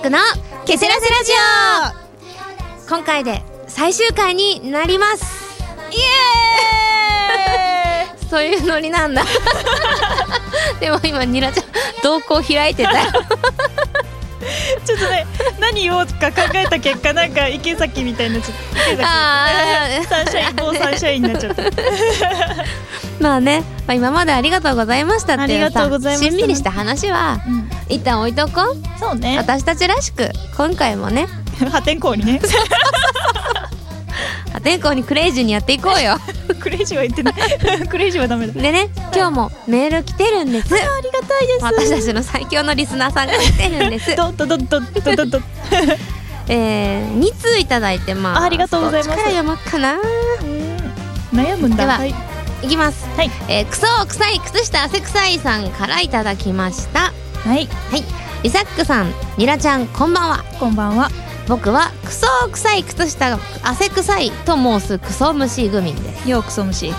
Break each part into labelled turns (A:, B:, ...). A: クのケセラセラジオ今回で最終回になります
B: イエーイ
A: そういうノリなんだでも今ニラちゃん瞳孔開いてたよ
B: ちょっとね何言おうか考えた結果なんか池崎みたいになっちゃった池崎
A: あー
B: サンシャイン某サンシャインになっちゃった
A: まあね、まあ、今までありがとうございましたってい
B: あ
A: う
B: りがとうござい
A: さ
B: ました
A: しんみりした話は一旦置いとこう
B: そうね
A: 私たちらしく今回もね
B: 破天荒にね
A: 破天荒にクレイジーにやっていこう よ
B: クレイジーは言ってないクレイジーはダメだ
A: でね今日もメール来てるんです
B: ありがたいです
A: 私たちの最強のリスナーさんが来てるんです
B: どどどどどどど
A: えー、2通いただいてます
B: あありがとうございます
A: どっちから読もうかな
B: 悩むんだ
A: ではいいきます、
B: はい
A: えー、クソ臭い靴下汗臭いさんからいただきました
B: はい
A: はいリサックさんニラちゃんこんばんは
B: こんばんは
A: 僕はクソ臭い靴下汗臭いと申すクソ虫グミンです
B: ようクソ虫よ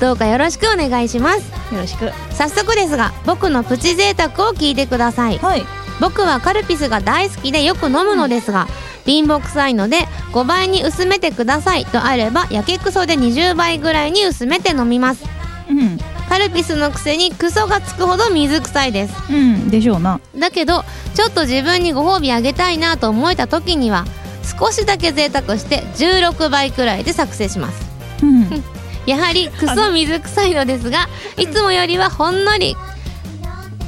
A: どうかよろしくお願いします
B: ろしく
A: 早速ですが僕のプチ贅沢を聞いてください
B: はい
A: 僕はカルピスが大好きでよく飲むのですが、貧乏臭いので5倍に薄めてくださいとあればやけくそで20倍ぐらいに薄めて飲みます
B: うん
A: カルピスのくせにクソがつくほど水臭いです
B: うんでしょうな
A: だけどちょっと自分にご褒美あげたいなと思えた時には少しだけ贅沢して16倍くらいで作成します
B: うん
A: やはりクソ水臭いのですがいつもよりはほんのり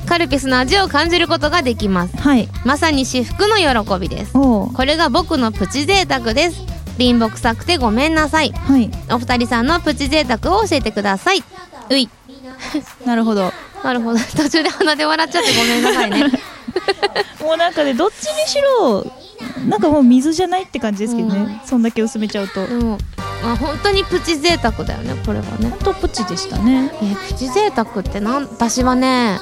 A: カルピスの味を感じることができます
B: はい
A: まさに至福の喜びです
B: おう
A: これが僕のプチ贅沢です貧乏臭くてごめんなさい
B: はい
A: お二人さんのプチ贅沢を教えてくださいう
B: いなるほど
A: なるほど 途中で鼻で笑っちゃってごめんなさい ね
B: もうなんかねどっちにしろなんかもう水じゃないって感じですけどね、そんだけ薄めちゃうと
A: でも、まあ、本当にプチ贅沢だよねこれはね
B: ほんとプチでしたね
A: えープチ贅沢ってなん私はね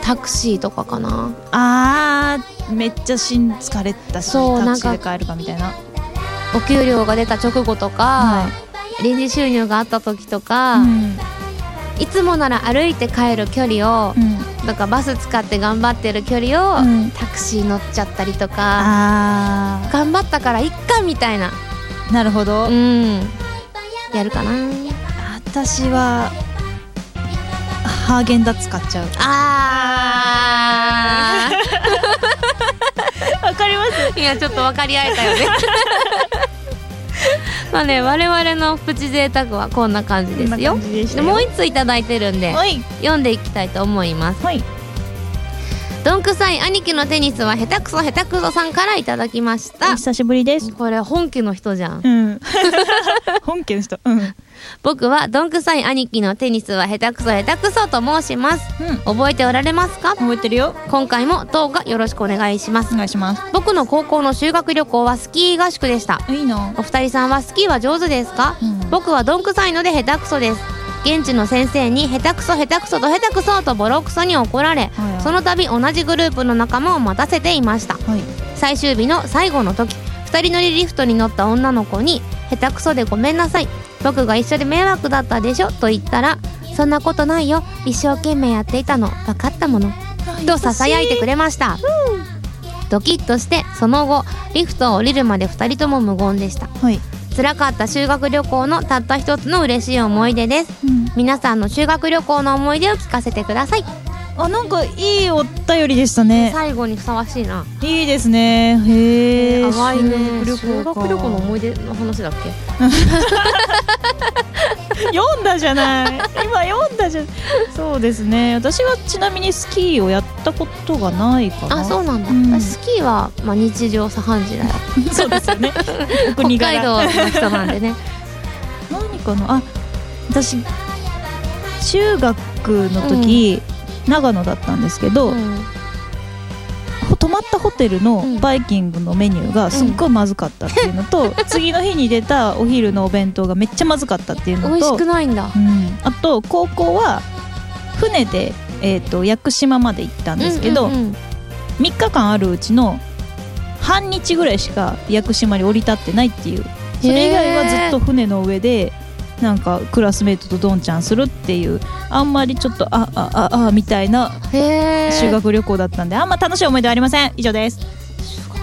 A: タクシーとかかな
B: あーめっちゃしん疲れたし
A: そう
B: タクシー
A: なん
B: で帰るかみたいな
A: お給料が出た直後とか、
B: は
A: 臨時収入があった時とか、
B: うん
A: いつもなら歩いて帰る距離を、
B: うん
A: とかバス使って頑張ってる距離を、
B: うん
A: タクシー乗っちゃったりとか
B: あ
A: 頑張ったからいっかみたいな
B: ーなるほど、
A: うんやるかな
B: 私はハーゲンダッツ買っちゃう
A: あ
B: わかります
A: ーいやちょっと分かり合えたよ ねまあね我々のプチ贅沢はこんな感じ
B: こん
A: で
B: な
A: すよ
B: 感じでした
A: で
B: よ
A: もう
B: い
A: 一ついただいてるんで
B: はい
A: 読んでいきたいと思います
B: はい
A: どんくさい兄貴のテニスは下手くそ下手くそさんからいただきました
B: お久しぶりです
A: これ本家の人じゃん
B: うん 本家の人うんうん
A: 僕はどんくさい兄貴のテニスは下手くそ下手くそと申します覚えておられますか
B: 覚えてるよ
A: 今回もどうかよろしくお願いします
B: お願いします
A: 僕の高校の修学旅行はスキー合宿でした
B: いいな
A: お二人さんはスキーは上手ですか、
B: うん
A: 僕はどんくさいので下手くそです現地の先生に下手くそ下手くそと下手くそとボロクソに怒られ、
B: はいはい
A: その度同じグループの仲間を待たせていました
B: はい
A: 最終日の最後の時二人乗りリフトに乗った女の子に「下手くそでごめんなさい僕が一緒で迷惑だったでしょ」と言ったら「そんなことないよ一生懸命やっていたの分かったもの」と囁いてくれました、ドキッとしてその後リフトを降りるまで2人とも無言でした
B: はい、
A: 辛かった修学旅行のたった一つの嬉しい思い出です
B: うん、
A: 皆さんの修学旅行の思い出を聞かせてください
B: あなんかいいお便りでしたね
A: 最後にふさわしいない
B: いですねへえ
A: 淡いね修学旅行の
B: い
A: 思い出の話だっけ
B: 読んだじゃない今読んだじゃんそうですね私はちなみにスキーをやったことがないかな
A: あそうなんだ、
B: うん
A: 私スキーは、まあ、日常茶飯事だよ
B: そうですよね
A: 北
B: お国柄
A: 海道の人なん でね
B: 何かなあ私中学の時、長野だったんですけど、
A: うん
B: 泊まったホテル
A: う
B: の
A: ん
B: バイキングのメニューがすっごいまずかったっていうのと、次の日に出たお昼のお弁当がめっちゃまずかったっていうのと
A: 美味しくないんだ
B: うん、あと高校は船で、えー、と屋久島まで行ったんですけど、
A: うんうんうん
B: 3日間あるうちの半日ぐらいしか屋久島に降り立ってないっていうそれ以外はずっと船の上でなんかクラスメートとどんちゃんするっていうあんまりちょっとああああみたいな
A: へえ
B: 修学旅行だったんであんま楽しい思い出はありません以上です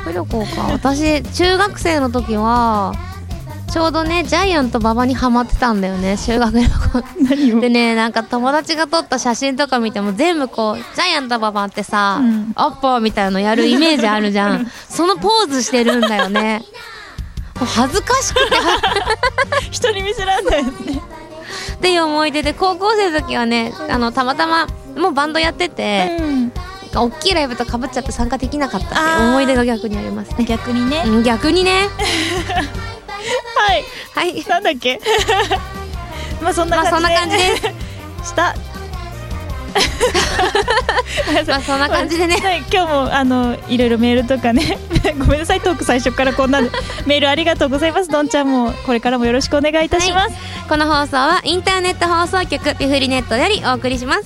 A: 学旅行か私中学生の時はちょうどねジャイアント馬場にハマってたんだよね修学旅行
B: 何を
A: でねなんか友達が撮った写真とか見ても全部こうジャイアントババンってさ、
B: うん
A: アッパーみたいのやるイメージあるじゃんそのポーズしてるんだよ ねもう恥ずかしくて
B: 人に見せられないよ ね
A: っていう思い出で高校生の時はねあのたまたまもうバンドやってて、
B: うん
A: 大きいライブとかぶっちゃって参加できなかったっていう思い出が逆にありますね
B: 逆にね
A: うん逆にね
B: はい
A: はい
B: なんだっ けまあそん
A: ま
B: な
A: あそんな感
B: 感
A: じ
B: じ
A: で
B: ですした
A: まあそんな感じでね
B: はい、今日もあのいろいろメールとかね ごめんなさいトーク最初からこ んなメールありがとうございますどんちゃんもこれからもよろしくお願いいたします、
A: この放送はインターネット放送局ピフリネットよりお送りします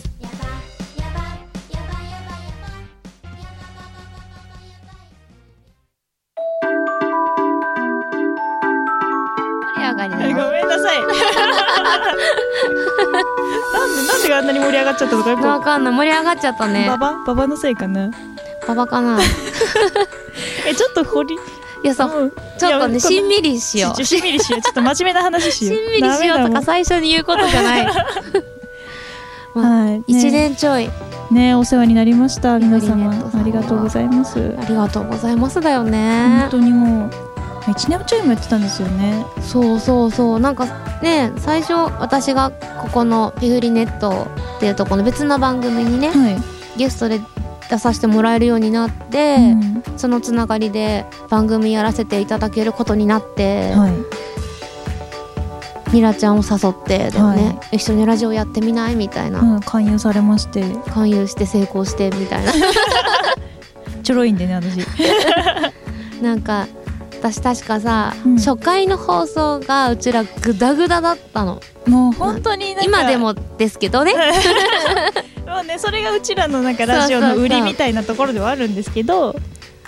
A: 盛り上が り
B: はいご
A: の
B: めん なさいなんでなんであんなに盛り上がっちゃったのかよく
A: わかんない盛り上がっちゃったね
B: ババババのせいかな
A: ババかな
B: えちょっと掘り
A: いやそう
B: うん
A: ちょっと
B: い
A: ね
B: や
A: しんみりしよう
B: ちょしんみりしようちょっと真面目な話 し
A: し
B: ようん
A: みりしよう
B: ダ
A: と
B: メだ
A: か最初に言うことじゃ ない
B: もんはいね
A: 一年ちょい
B: ねお世話になりました皆様
A: ありがとうございます
B: ありがと
A: ありがと
B: うございます
A: うございますだよ
B: 本
A: ね
B: 当にもう1年ちょいもやってたんですよね
A: そうそうそうなんかね最初私がここのピフリネットっていうとこの別の番組にね
B: はい、
A: ゲストで出させてもらえるようになって、
B: うん
A: そのつながりで番組やらせていただけることになって、
B: はい
A: ニラちゃんを誘ってだよね、
B: は
A: 一緒にラジオやってみないみたいな、
B: うん、勧誘されまして
A: 勧誘して成功してみたいな
B: ちょろいんで ね私
A: なんか私確かさ、
B: うん
A: 初回の放送がうちらグダグダだったの
B: もう本当になんか
A: 今でもですけどね
B: もうねそれがうちらのなんかラジオ
A: そうそ
B: の
A: うそう
B: 売りみたいなところではあるんですけど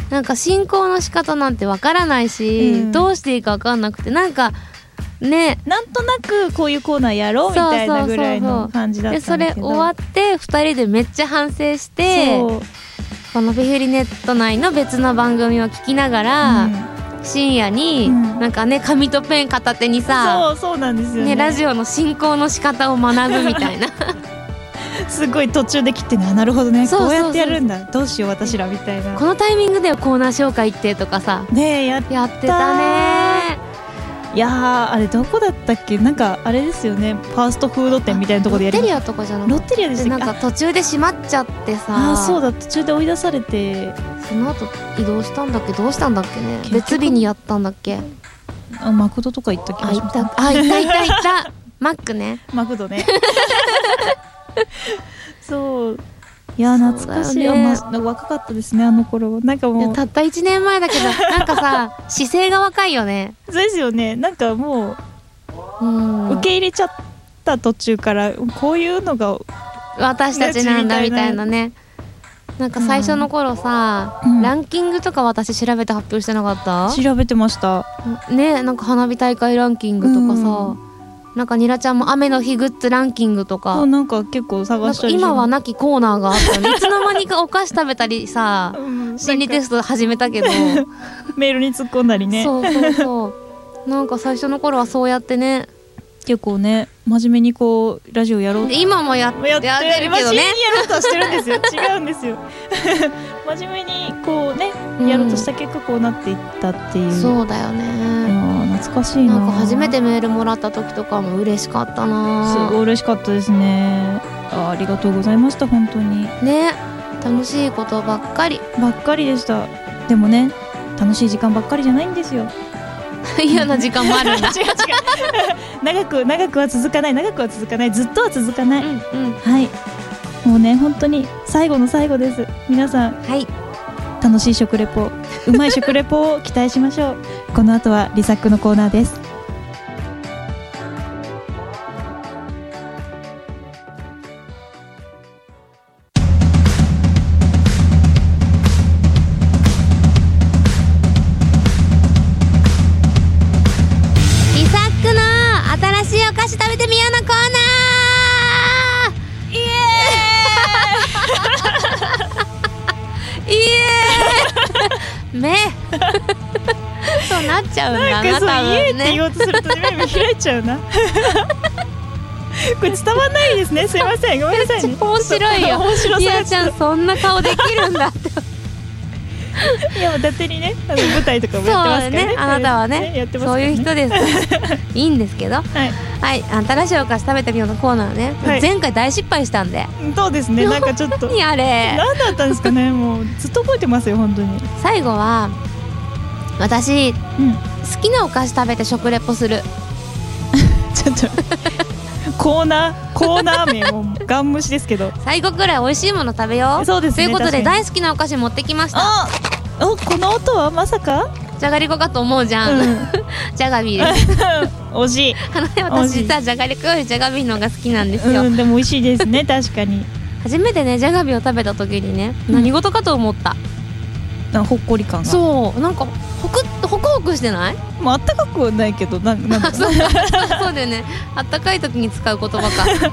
A: なんか進行の仕方なんてわからないし、
B: うん
A: どうしていいかわかんなくてなんかね
B: なんとなくこういうコーナーやろうみたいなぐらいの感じだった
A: で
B: んだけど
A: それ終わって2人でめっちゃ反省して
B: そう
A: この「フィフリネット」内の別の番組を聞きながら、深夜に、
B: うん
A: なんかね紙とペン片手にさ、
B: うんそうそうなんですよ
A: ね
B: ね
A: ラジオの進行の仕方を学ぶみたい な
B: すごい途中で切ってねあなるほどね
A: そうそうそう
B: こうやってやるんだどうしよう私らみたいな
A: このタイミングではコーナー紹介ってとかさ
B: ねえや
A: やってたね
B: いやーあれどこだったっけなんかあれですよねファーストフード店みたいなところでや
A: ロッ
B: り
A: テリ
B: ま
A: アとかじゃな
B: ロッ
A: く
B: テリアでしてた
A: な
B: っ
A: ん
B: け
A: か途中で閉まっちゃって
B: あ
A: さ
B: あーそうだ途中で追い出されて
A: その後移動したんだっけどうしたんだっけね
B: 結局
A: 別日にやったんだっけ
B: あマクドとか行った気
A: あ
B: が
A: い
B: します
A: たあいたいたいたマックね
B: マクドねそういや
A: そうだよね
B: 懐かしい、あまあ若かったですねあの頃なんか
A: いや
B: もう
A: たった1年前だけ どなんかさ姿勢が若いよね
B: そうですよねなんかも
A: うん
B: う受け入れちゃった途中からこういうのが
A: 私たちなんだみたいなねなんか最初の頃さ、
B: うん
A: ランキングとか私調べて発表してなかった、
B: 調べてました
A: ねなんか花火大会ランキングとかさ、
B: う
A: なんかニラちゃんも雨の日グッズランキングと
B: もう
A: か
B: なんか結構
A: な
B: 探
A: ん
B: した
A: か
B: り
A: 今はなきコーナーがあったのにいつの間にかお菓子食べたりさ
B: うん
A: 心理テ
B: なんか
A: スト始めたけど、
B: メールに突っ込んだりね
A: そうそうそうなんか最初の頃はそうやってね
B: 結構ね真面目にこうラジオやろう
A: で今もやって
B: やって
A: やってる
B: 真
A: けど
B: 面目
A: ね
B: にやろうとはしてるんで すよ違うんですよ 真面目にこうねやろうとした結果こうなっていったっていう、
A: そうだよ
B: い
A: ね、
B: やー懐かしいな
A: なんか初めてメールもらった時とかも嬉しかった
B: す
A: な
B: ごい嬉しかったですねあーありがとうございました本当に
A: ね楽しいことばっかり
B: ばっかりでしたでもね楽しい時間ばっかりじゃないんですよ
A: 嫌な時間もあるんだ
B: 違う違う長く長くは続かない長くは続かないずっとは続かない、
A: うんうん
B: はいもうね本当に最後の最後です皆さん
A: はい
B: 楽しい食レポうまい食レポを期待しましょうこの後はリサックのコーナーです
A: リサックの新しいお菓子食べてみようのコーナーイエーイイエーイ目ちゃうんだ
B: なん
A: な
B: かそう
A: 多
B: 家っ
A: 分
B: て
A: ね
B: 言おうとすると目が開いちゃうなこれ伝わんないですねすいませんごめんなさいね
A: 面白いよ
B: 面白
A: ゆ
B: さが
A: うちゃんそんな顔できるんだって
B: いや伊達にねあの舞台とかもやってますからね
A: そうねあなたはね
B: やってま
A: そ
B: すから
A: ういう人ですいいんですけど
B: はい
A: はい新しいお菓子食べてみようのコーナーね、
B: はい
A: 前回大失敗したんで
B: そうですねなんかちょっと
A: 何あれ
B: 何だったんですかねもうずっと覚えてますよ本当に
A: 最後は私好
B: うん
A: きなお菓子食べて食レポする
B: ちょっとコーナーコーナー名もガン無視ですけど
A: 最後くらい美味しいもの食べよう
B: そうですね
A: ということで
B: 確か
A: 大好きなお菓子持ってきました
B: あおこの音はまさ か、
A: じゃがりこかと思うじゃん、
B: う
A: じゃがビー です
B: ん、惜しい
A: あのね
B: 美
A: 私
B: 味しい
A: 実はじゃがりこよりじゃがビーの方が好きなんですよ、
B: うんでも美味しいです ね確かに
A: 初めてねじゃがビーを食べた時にね
B: うん
A: 何事かと思った、
B: なんかほっこり感が
A: そうなんかホクッとホクホクしてない
B: まああったかくはないけどなんなんか で
A: そうだよねあったかい時に使う言葉か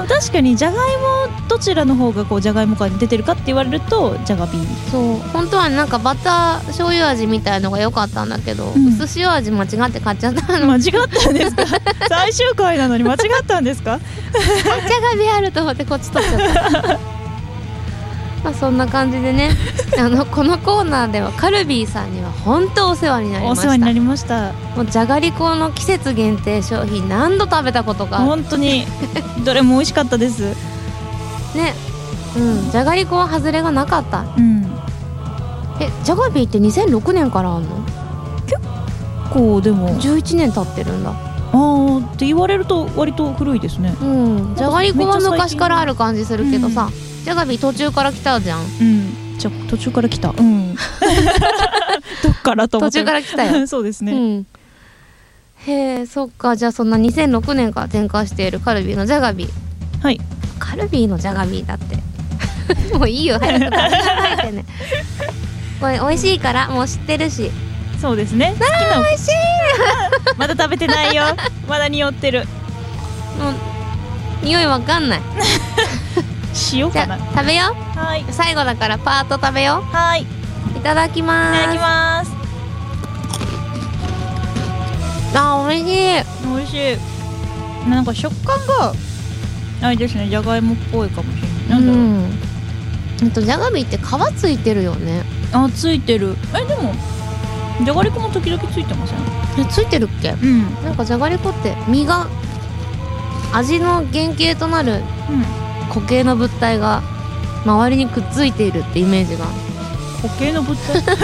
B: も確かにじゃがいもどちらの方がこうじゃがいも感に出てるかって言われるとじゃがビー
A: そう本当はなんかバター醤油味みたいのが良かったんだけど、
B: うん
A: 薄塩味間違って買っちゃったの
B: 間違ったんですか 最終回なのに間違ったんですか
A: 抹茶がビあると思ってこっち取っちゃったまあそんな感じで ねあのこのコーナーではカルビーさんには本当お世話になりま
B: お
A: し
B: 世
A: た
B: 話になりました
A: もうじゃがりこの季節限定商品何度食べたことか
B: 本当 にどれも美味しかったです
A: ねうんじゃがりこは外れがなかった
B: うん
A: えじゃがビーって2006年からあんの
B: こうでも
A: 11年経ってるんだ
B: ああって言われると割と古いですね
A: うんじゃがりこは
B: めっちゃ最
A: 昔
B: 近
A: からある感じするけどさ、じゃがビー途中から来たじゃん
B: うんじゃあ途中から来たうん どっからと思
A: 途中
B: って
A: から来たよ
B: そうです
A: う
B: ね、
A: ん、へえそっかじゃあそんな2006年から展開しているカルビーのジャガビー
B: はい
A: カルビーのジャガビーだって もういいよ早く食べなさいってね これ美味しいからもう知ってるし
B: そうですね好きな美味しいまだ食べてない よまだ匂ってる
A: もう匂いわかんない
B: 塩
A: じゃ
B: かな
A: あ食べよ
B: はいう
A: 最後だからパート食べよ
B: はいう
A: いただき
B: い
A: ます
B: ただきます
A: あ美味しい
B: 美味しいなんか食感があれですねじゃがいもっぽいかもしれないなんだろう、
A: んえっとジャガビーって皮ついてるよね
B: あついてるえでもじゃがりこも時々ついてません
A: えついてるっけ
B: うん、うん、
A: なんかじゃがりこって身が味の原型となる固形の物体が周りにくっついているってイメージが
B: 固形の 物体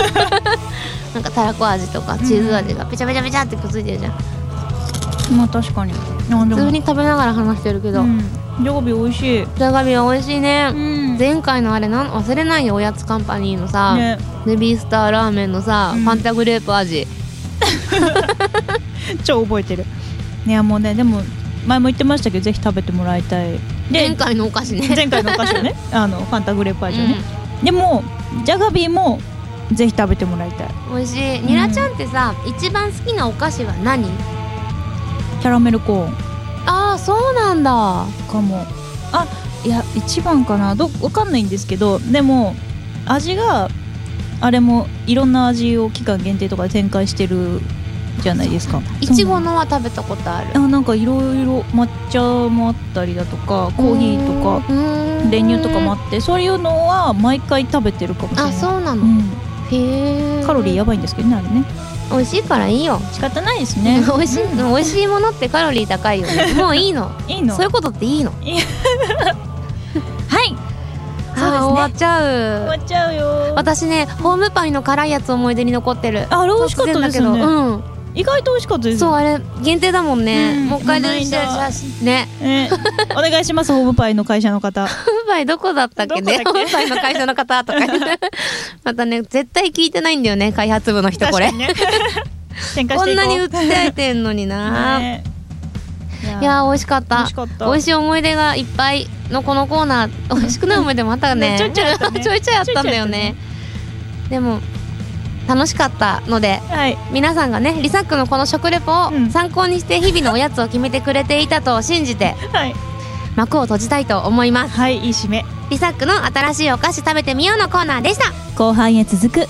A: なんかたらこ味とかチーズ味がペチャペチャペチャってくっついてるじゃん、
B: まあ確かにあで
A: 普通に食べながら話してるけど、
B: うん、ジャガビ美味しい
A: じゃがみは美味しいね、
B: んね
A: 前回のあれなん忘れないよおやつカンパニーのさ、ネビースターラーメンのさ、
B: うん
A: ファンタグレープ味
B: 超覚えてるいやもうねでも前も言ってましたけどぜひ食べてもらいたい
A: 前回のお菓子ね
B: 前回のお菓子をねあのファンタグレープ味をね、でもジャガビーもぜひ食べてもらいたい
A: うん美味しいニラちゃんってさ、一番好きなお菓子は何
B: キャラメルコーン
A: ああそうなんだ
B: かもあいや一番かなどわかんないんですけどでも味があれもいろんな味を期間限定とかで展開してるじゃないですか
A: いちご
B: の
A: のは食べたことある
B: あなんかいろいろ抹茶もあったりだとかコーヒーとか
A: か
B: 練乳とかもあってそういうのは毎回食べてるかもしれない
A: あそうな
B: う
A: の、
B: ん、
A: へえ
B: カロリーやばいんですけどねあれね
A: 美味しいからいいよ、
B: 仕方ないですね
A: 美味しい、
B: うん
A: 美味しいものってカロリー高いよ ねもういいの
B: いいの
A: そういうことっていいのあー
B: はいそうですね
A: 終わっちゃう
B: 終わっちゃうよ
A: 私ねホームパイの辛いやつ思い出に残ってる
B: ああれ美味しかったですよね、
A: 突然だ
B: 意外と美味しかったで
A: けどうん
B: す
A: そう
B: よ
A: あれ限定だもんね、
B: うん
A: もう一回練習し
B: 今ないんだ
A: しね
B: ねお願いしますホームパイの会社の方
A: ホームパイどこだったっけね
B: ど
A: ホ
B: こだ
A: ー
B: っ
A: ム
B: け
A: パイの会社の方とか またね絶対聞いてないんだよね開発部の人これ、
B: ね展開し
A: こ
B: て
A: ん
B: いこ
A: な
B: う
A: に訴えてんのにな、
B: ね
A: いやー美味しかっ
B: 美
A: た
B: 味しかった
A: 美味しい思い出がいっぱいのこのコーナー美味しくない思い出もあったね
B: ねちょいちょいあった ね
A: ちょいちょいあったんだよねでも楽しかったので
B: はい
A: 皆さんがねリサックのこの食レポを
B: うん
A: 参考にして日々のおやつを決めてくれていたと信じて
B: はい
A: 幕を閉じたいと思います
B: はいいい締め
A: リサックの新しいお菓子食べてみようのコーナーでした
B: 後半へ続く